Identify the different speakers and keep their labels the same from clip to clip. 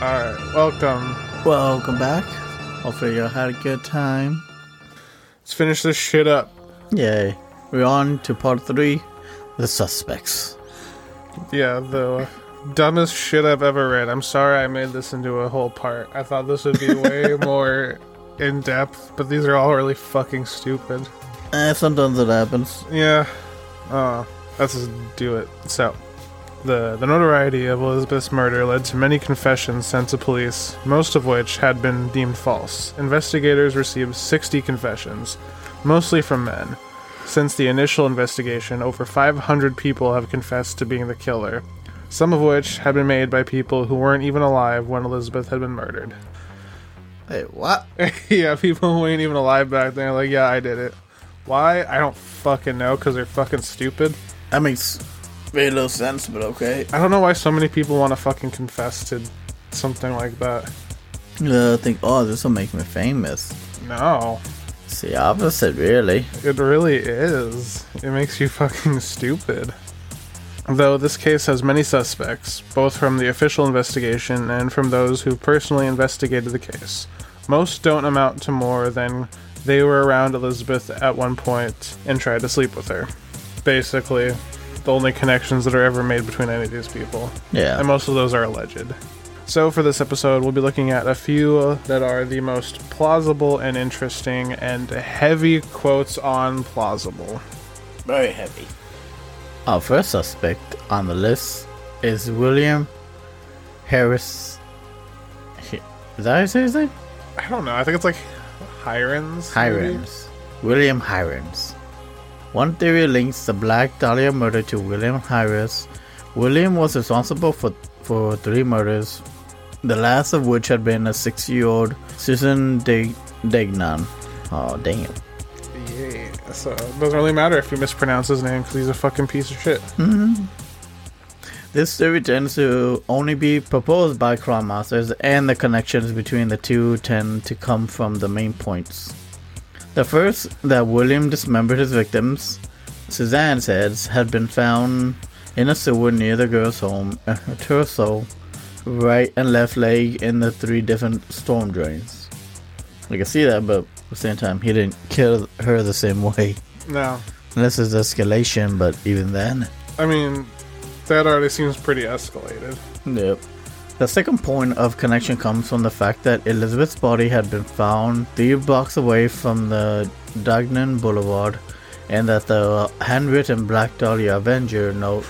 Speaker 1: Alright, welcome.
Speaker 2: Welcome back. Hopefully you had a good time.
Speaker 1: Let's finish this shit up.
Speaker 2: Yay. We're on to part three, the suspects.
Speaker 1: Yeah, the dumbest shit I've ever read. I'm sorry I made this into a whole part. I thought this would be way more in depth, but these are all really fucking stupid.
Speaker 2: Eh, sometimes it happens.
Speaker 1: Yeah. Uh, let's just do it. So, the, the notoriety of Elizabeth's murder led to many confessions sent to police, most of which had been deemed false. Investigators received 60 confessions, mostly from men. Since the initial investigation, over 500 people have confessed to being the killer, some of which had been made by people who weren't even alive when Elizabeth had been murdered.
Speaker 2: Wait, what?
Speaker 1: yeah, people who ain't even alive back then are like, yeah, I did it. Why? I don't fucking know because they're fucking stupid.
Speaker 2: That makes very little sense, but okay.
Speaker 1: I don't know why so many people want to fucking confess to something like that.
Speaker 2: Uh, think, oh, this will make me famous.
Speaker 1: No,
Speaker 2: It's the opposite, really.
Speaker 1: it really is. It makes you fucking stupid. Though this case has many suspects, both from the official investigation and from those who personally investigated the case. Most don't amount to more than they were around Elizabeth at one point and tried to sleep with her. Basically, the only connections that are ever made between any of these people.
Speaker 2: Yeah.
Speaker 1: and most of those are alleged. So, for this episode, we'll be looking at a few that are the most plausible and interesting, and heavy quotes on plausible.
Speaker 2: very heavy. Our first suspect on the list is William Harris. He- Is that how you say his name?
Speaker 1: I don't know. I think it's like Hirons. maybe?
Speaker 2: Hirons. William Hirons. One theory links the Black Dahlia murder to William Hirons. William was responsible for, for three murders, the last of which had been a six year old Susan Dig- Dignan. Oh, dang it.
Speaker 1: Yeah. So, it doesn't really matter if you mispronounce his name because he's a fucking piece of shit.
Speaker 2: This theory tends to only be proposed by crime masters, and the connections between the two tend to come from the main points. The first, that William dismembered his victims, Suzanne's heads had been found in a sewer near the girl's home, and her torso, right and left leg, in the three different storm drains. I can see that, but at the same time, he didn't kill her the same way.
Speaker 1: No.
Speaker 2: Unless it's escalation, but even then.
Speaker 1: I mean, that already seems pretty escalated.
Speaker 2: Yep. The second point of connection comes from the fact that Elizabeth's body had been found three blocks away from the Dagnan Boulevard, and that the handwritten Black Dahlia Avenger note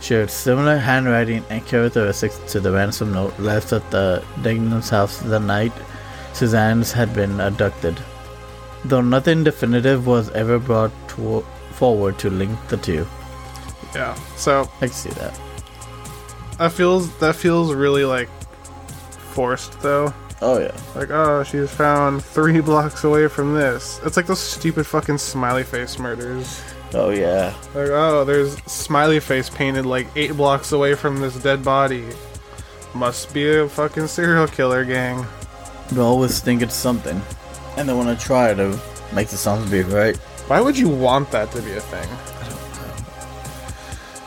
Speaker 2: shared similar handwriting and characteristics to the ransom note left at the Dagnan's house the night Suzanne's had been abducted. Though nothing definitive was ever brought to- forward to link the two.
Speaker 1: Yeah. So,
Speaker 2: I can see that.
Speaker 1: that feels, that feels really like forced, though.
Speaker 2: Oh, yeah.
Speaker 1: Like, oh, she was found three blocks away from this. It's like those stupid fucking smiley face murders.
Speaker 2: Oh, yeah.
Speaker 1: Like, oh, there's smiley face painted like eight blocks away from this dead body. Must be a fucking serial killer gang.
Speaker 2: They always think it's something, and they want to try to make the sound be right.
Speaker 1: Why would you want that to be a thing?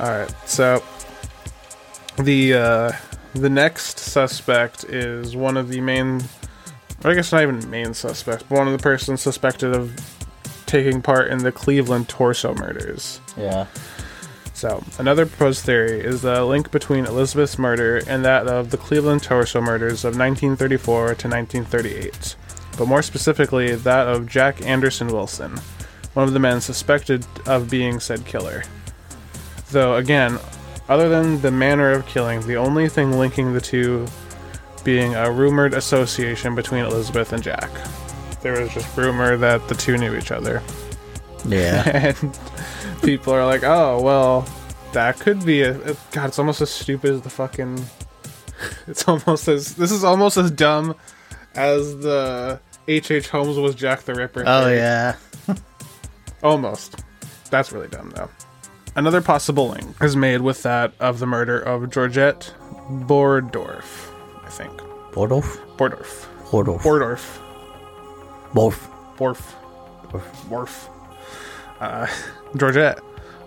Speaker 1: Alright, so the uh, the next suspect is one of the main I guess not even main suspect, but one of the persons suspected of taking part in the Cleveland torso murders.
Speaker 2: Yeah.
Speaker 1: So, another proposed theory is the link between Elizabeth's murder and that of the Cleveland torso murders of 1934 to 1938, but more specifically, that of Jack Anderson Wilson, one of the men suspected of being said killer. Though, again, other than the manner of killing, the only thing linking the two being a rumored association between Elizabeth and Jack. There was just rumor that the two knew each other
Speaker 2: Yeah.
Speaker 1: and people are like, "Oh, well, that could be a, a- God." It's almost as stupid as the fucking. It's almost as this is almost as dumb as the H.H. H. Holmes was Jack the Ripper.
Speaker 2: oh
Speaker 1: theory.
Speaker 2: yeah.
Speaker 1: almost. That's really dumb though. Another possible link is made with that of the murder of Georgette Bordorf, I think.
Speaker 2: Bordorf.
Speaker 1: Bordorf.
Speaker 2: Bordorf.
Speaker 1: Bordorf.
Speaker 2: Borf.
Speaker 1: Worf. Worf. Uh, Georgette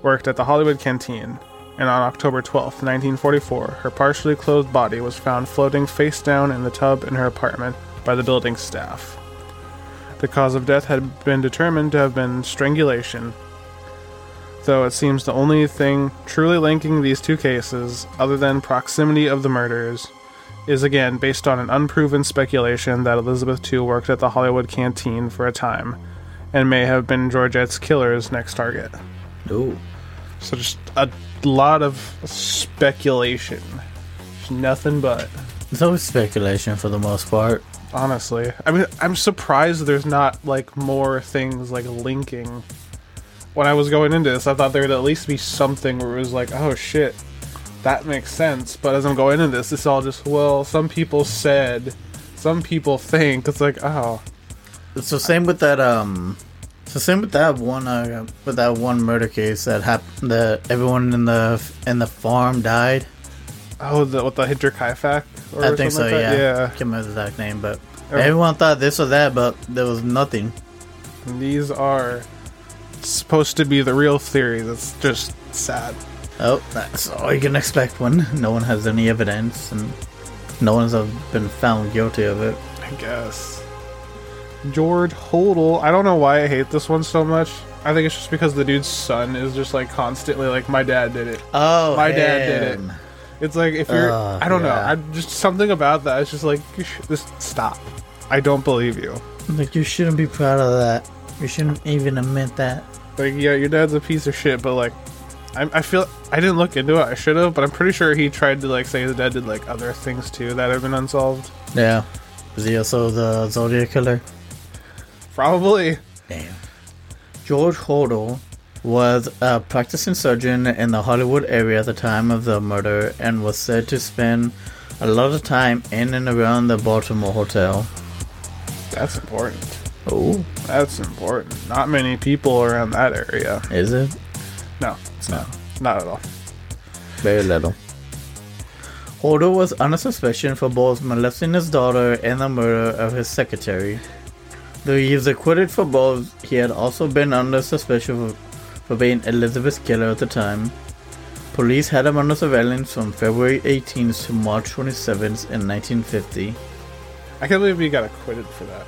Speaker 1: worked at the Hollywood Canteen, and on October 12, 1944, her partially clothed body was found floating face down in the tub in her apartment by the building staff. The cause of death had been determined to have been strangulation, though it seems the only thing truly linking these two cases, other than proximity of the murders, is again based on an unproven speculation that Elizabeth II worked at the Hollywood canteen for a time and may have been Georgette's killer's next target.
Speaker 2: Ooh.
Speaker 1: So just a lot of speculation. Just nothing but
Speaker 2: It's always speculation for the most part.
Speaker 1: honestly. I mean I'm surprised there's not like more things like linking. When I was going into this, I thought there would at least be something where it was like, oh shit, that makes sense. But as I'm going into this, it's all just, well, some people said, some people think. It's like, oh,
Speaker 2: So same with that. Um, so same with that one. Uh, with that one murder case that happened. That everyone in the in the farm died.
Speaker 1: oh, the, what the Hidra Kaifak? Or
Speaker 2: I think so.
Speaker 1: something like
Speaker 2: yeah.
Speaker 1: that?
Speaker 2: I can't remember the exact name, but
Speaker 1: Or-
Speaker 2: everyone thought this or that, but there was nothing.
Speaker 1: And These are supposed to be the real theories. It's just sad.
Speaker 2: Oh, that's all you can expect when no one has any evidence and no one's uh, been found guilty of it.
Speaker 1: I guess. George Hodel. I don't know why I hate this one so much. I think it's just because the dude's son is just like constantly like my dad did it.
Speaker 2: Oh,
Speaker 1: My dad did it.
Speaker 2: him.
Speaker 1: It's like if you're
Speaker 2: Ugh,
Speaker 1: I don't know.
Speaker 2: yeah.
Speaker 1: I just something about that. It's just like you sh- just stop. I don't believe you.
Speaker 2: Like you shouldn't be proud of that. You shouldn't even admit that.
Speaker 1: Like yeah, your dad's a piece of shit, but like I, I feel I didn't look into it. I should have, but I'm pretty sure he tried to like say his dad did like other things too that have been unsolved.
Speaker 2: Yeah. Was he also the Zodiac killer?
Speaker 1: Probably.
Speaker 2: Damn. George Hodel was a practicing surgeon in the Hollywood area at the time of the murder and was said to spend a lot of time in and around the Baltimore hotel.
Speaker 1: That's important.
Speaker 2: Oh,
Speaker 1: That's important. Not many people around that area.
Speaker 2: is it?
Speaker 1: No,
Speaker 2: No.
Speaker 1: not at all.
Speaker 2: Very little. Hodel was under suspicion for both molesting his daughter and the murder of his secretary. Though he was acquitted for both, he had also been under suspicion for, for being Elizabeth's killer at the time. Police had him under surveillance from February 18th to March 27th in 1950.
Speaker 1: I can't believe he got acquitted for that.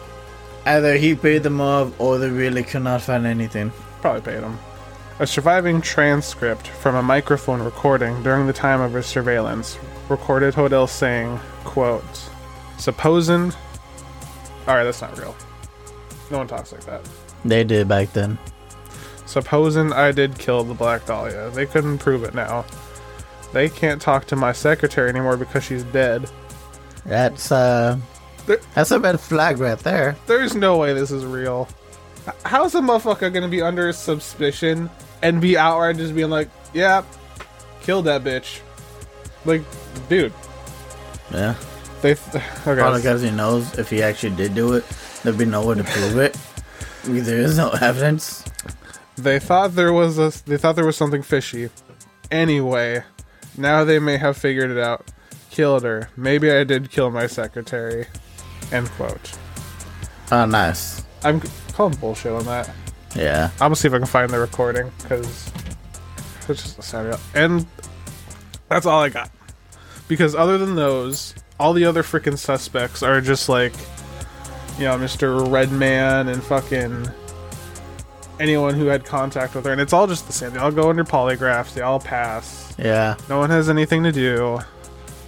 Speaker 2: Either he paid them off or they really could not find anything.
Speaker 1: Probably paid him. A surviving transcript from a microphone recording during the time of his surveillance recorded Hodel saying, quote, supposing. Alright, that's not real. No one talks like that.
Speaker 2: They did back then.
Speaker 1: Supposing I did kill the Black Dahlia. They couldn't prove it now. They can't talk to my secretary anymore because she's dead.
Speaker 2: That's uh
Speaker 1: There-
Speaker 2: that's a red flag right there.
Speaker 1: There's no way this is real. H- How's a motherfucker gonna be under suspicion and be outright just being like, yeah, killed that bitch? Like, dude,
Speaker 2: Yeah.
Speaker 1: they. Th-
Speaker 2: Probably
Speaker 1: okay.
Speaker 2: because he knows if he actually did do it, there'd be no way to prove it. There is no evidence.
Speaker 1: They thought there was a. They thought there was something fishy. Anyway, now they may have figured it out. Killed her. Maybe I did kill my secretary. End quote.
Speaker 2: Oh, nice.
Speaker 1: I'm c- calling bullshit on that.
Speaker 2: Yeah.
Speaker 1: I'm gonna see if I can find the recording because it's just sorry. And that's all I got. Because other than those, all the other freaking suspects are just like, you know, Mr. Redman and fucking anyone who had contact with her, and it's all just the same. They all go under polygraphs. They all pass.
Speaker 2: Yeah.
Speaker 1: No one has anything to do.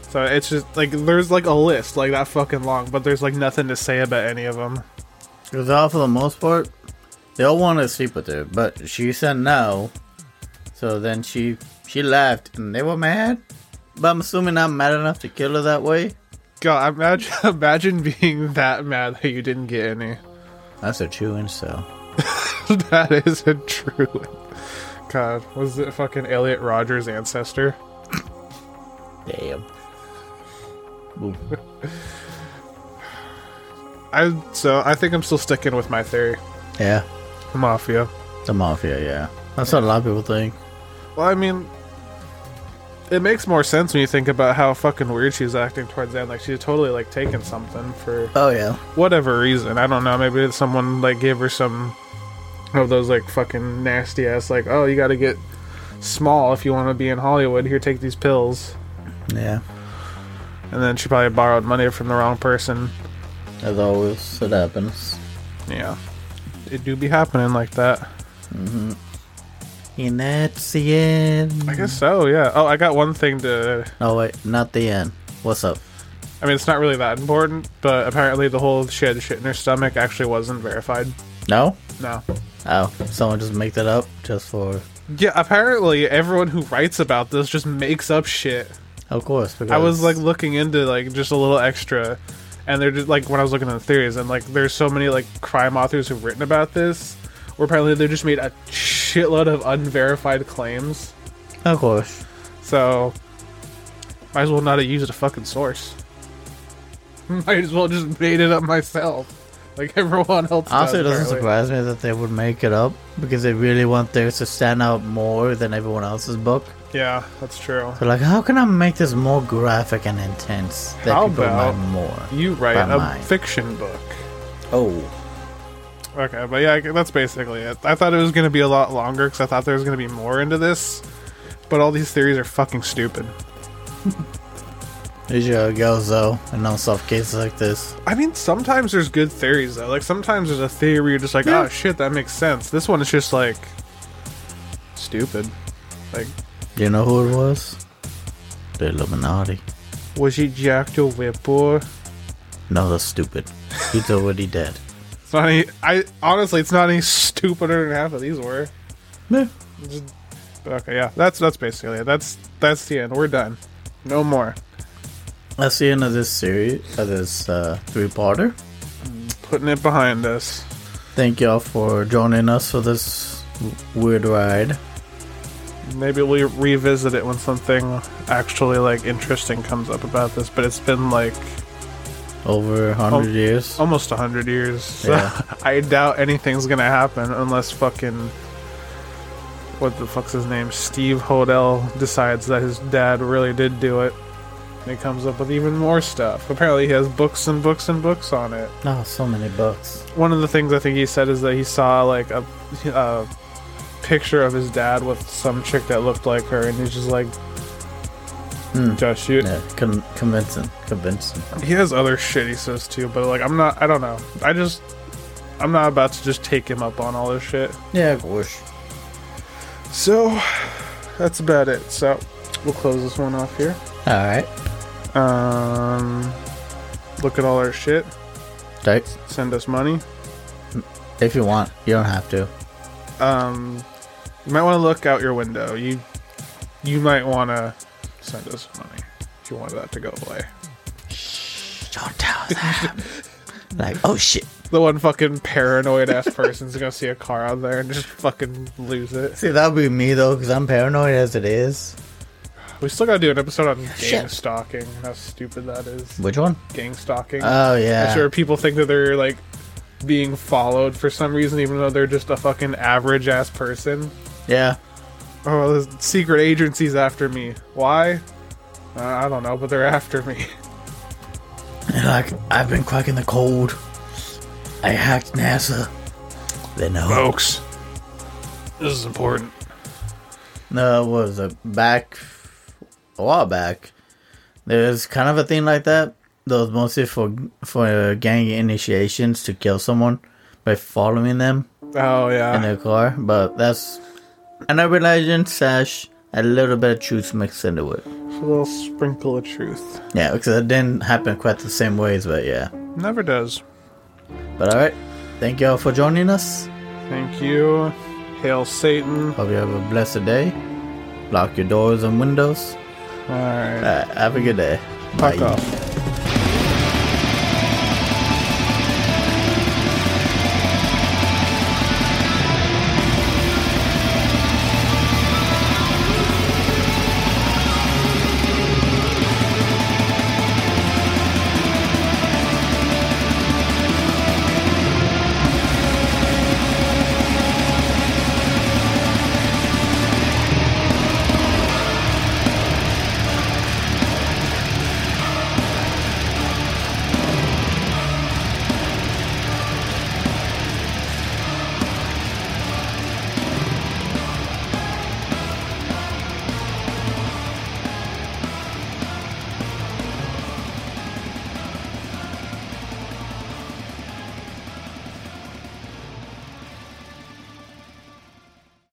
Speaker 1: So it's just like there's like a list like that fucking long, but there's like nothing to say about any of them.
Speaker 2: Because all for the most part, they all wanted to sleep with her, but she said no. So then she she left, and they were mad. But I'm assuming I'm mad enough to kill her that way.
Speaker 1: God, imagine imagine being that mad that you didn't get any.
Speaker 2: That's a true incel.
Speaker 1: that is a true. God, was it fucking Elliot Rogers' ancestor?
Speaker 2: Damn. Ooh.
Speaker 1: I so I think I'm still sticking with my theory,
Speaker 2: Yeah.
Speaker 1: the mafia.
Speaker 2: The mafia. Yeah. That's what a lot of people think.
Speaker 1: Well, I mean, it makes more sense when you think about how fucking weird she's acting towards them. Like she's totally like taking something for
Speaker 2: Oh yeah.
Speaker 1: whatever reason. I don't know. Maybe someone like gave her some of those like fucking nasty ass like, oh, you got to get small if you want to be in Hollywood. Here, take these pills.
Speaker 2: Yeah,
Speaker 1: And then she probably borrowed money from the wrong person.
Speaker 2: as always, it happens.
Speaker 1: Yeah. It do be happening like that.
Speaker 2: And that's the end.
Speaker 1: I guess so, yeah. Oh, I got one thing to.
Speaker 2: Oh wait, not the end. What's up?
Speaker 1: I mean, it's not really that important, but apparently the whole she had shit in her stomach actually wasn't verified.
Speaker 2: No?
Speaker 1: No.
Speaker 2: Oh, someone just make that up just for.
Speaker 1: Yeah, apparently everyone who writes about this just makes up shit.
Speaker 2: Of course, because
Speaker 1: I was like looking into like just a little extra, and they're just like when I was looking at the theories, and like there's so many like crime authors who've written about this, where apparently they just made a shitload of unverified claims.
Speaker 2: of course.
Speaker 1: So, might as well not have used a fucking source. Might as well just made it up myself, like everyone else.
Speaker 2: Honestly, it
Speaker 1: does, apparently.
Speaker 2: doesn't surprise me that they would make it up because they really want theirs to stand out more than everyone else's book.
Speaker 1: Yeah, that's true.
Speaker 2: They're like, how can I make this more graphic and intense that
Speaker 1: How
Speaker 2: people
Speaker 1: about-
Speaker 2: might more?
Speaker 1: You write
Speaker 2: By
Speaker 1: a
Speaker 2: mine.
Speaker 1: fiction book.
Speaker 2: Oh,
Speaker 1: Okay, but yeah, I- that's basically it. I thought it was going to be a lot longer because I thought there was going to be more into this, but all these theories are fucking stupid.
Speaker 2: here's your goes though, and no soft cases like this.
Speaker 1: I mean, sometimes there's good theories though. Like sometimes there's a theory where you're just like,
Speaker 2: Yeah.
Speaker 1: oh shit, that makes sense. This one is just like stupid. Like,
Speaker 2: Do you know who it was? The Illuminati.
Speaker 1: was he Jack the Whipper?
Speaker 2: No, that's stupid. He's already dead.
Speaker 1: It's not any. I honestly, it's not any stupider than half of these were.
Speaker 2: Meh.
Speaker 1: Just- okay, yeah, that's that's basically it. That's that's the end. We're done. No more.
Speaker 2: That's the end of this series, of this uh, three-parter.
Speaker 1: Putting it behind us.
Speaker 2: Thank y'all for joining us for this w- weird ride.
Speaker 1: Maybe we revisit it when something actually like interesting comes up about this, but it's been like
Speaker 2: Over a hundred
Speaker 1: Oh.
Speaker 2: years.
Speaker 1: almost a hundred years. So
Speaker 2: Yeah.
Speaker 1: I doubt anything's gonna happen unless fucking what the fuck's his name, Steve Hodell, decides that his dad really did do it. And he comes up with even more stuff. Apparently, he has books and books and books on it.
Speaker 2: Oh, so many books.
Speaker 1: One of the things I think he said is that he saw like a, a picture of his dad with some chick that looked like her, and he's just like,
Speaker 2: Hmm.
Speaker 1: "Just shoot."
Speaker 2: Yeah, con- convincing, convincing.
Speaker 1: He has other shit he says too, but like I'm not I don't know. I just I'm not about to just take him up on all this shit.
Speaker 2: Yeah, of course.
Speaker 1: So that's about it. So we'll close this one off here.
Speaker 2: All right,
Speaker 1: Um look at all our shit.
Speaker 2: thanks.
Speaker 1: Send us money.
Speaker 2: If you want, you don't have to.
Speaker 1: Um you might want to look out your window. You you might wanna send us money if you want that to go away.
Speaker 2: Don't tell them. like, oh shit.
Speaker 1: The one fucking paranoid ass person's gonna see a car out there and just fucking lose it.
Speaker 2: See, that would be me though, because I'm paranoid as it is.
Speaker 1: We still gotta do an episode on gang
Speaker 2: Shit.
Speaker 1: stalking and how stupid that is.
Speaker 2: Which one?
Speaker 1: Gang stalking.
Speaker 2: Oh yeah.
Speaker 1: I'm sure people think that they're like being followed for some reason, even though they're just a fucking average ass person.
Speaker 2: Yeah.
Speaker 1: Oh, the secret agency's after me. Why? Uh, I don't know, but they're after me.
Speaker 2: And like, I've been cracking the cold. I hacked NASA. They know.
Speaker 1: Folks, this is important.
Speaker 2: No, it was a back a while back. There's kind of a thing like that. That was mostly for for uh, gang initiations to kill someone by following them
Speaker 1: Oh
Speaker 2: in
Speaker 1: yeah,
Speaker 2: their car. But that's another legend slash a little bit of truth mixed into it.
Speaker 1: Just a little sprinkle of truth.
Speaker 2: Yeah, because it didn't happen quite the same ways, but yeah.
Speaker 1: Never does.
Speaker 2: But all right, thank y'all for joining us.
Speaker 1: Thank you. Hail Satan. All
Speaker 2: Hope you have a blessed day. Lock your doors and windows.
Speaker 1: right.
Speaker 2: Uh, have a good day.
Speaker 1: Fuck off.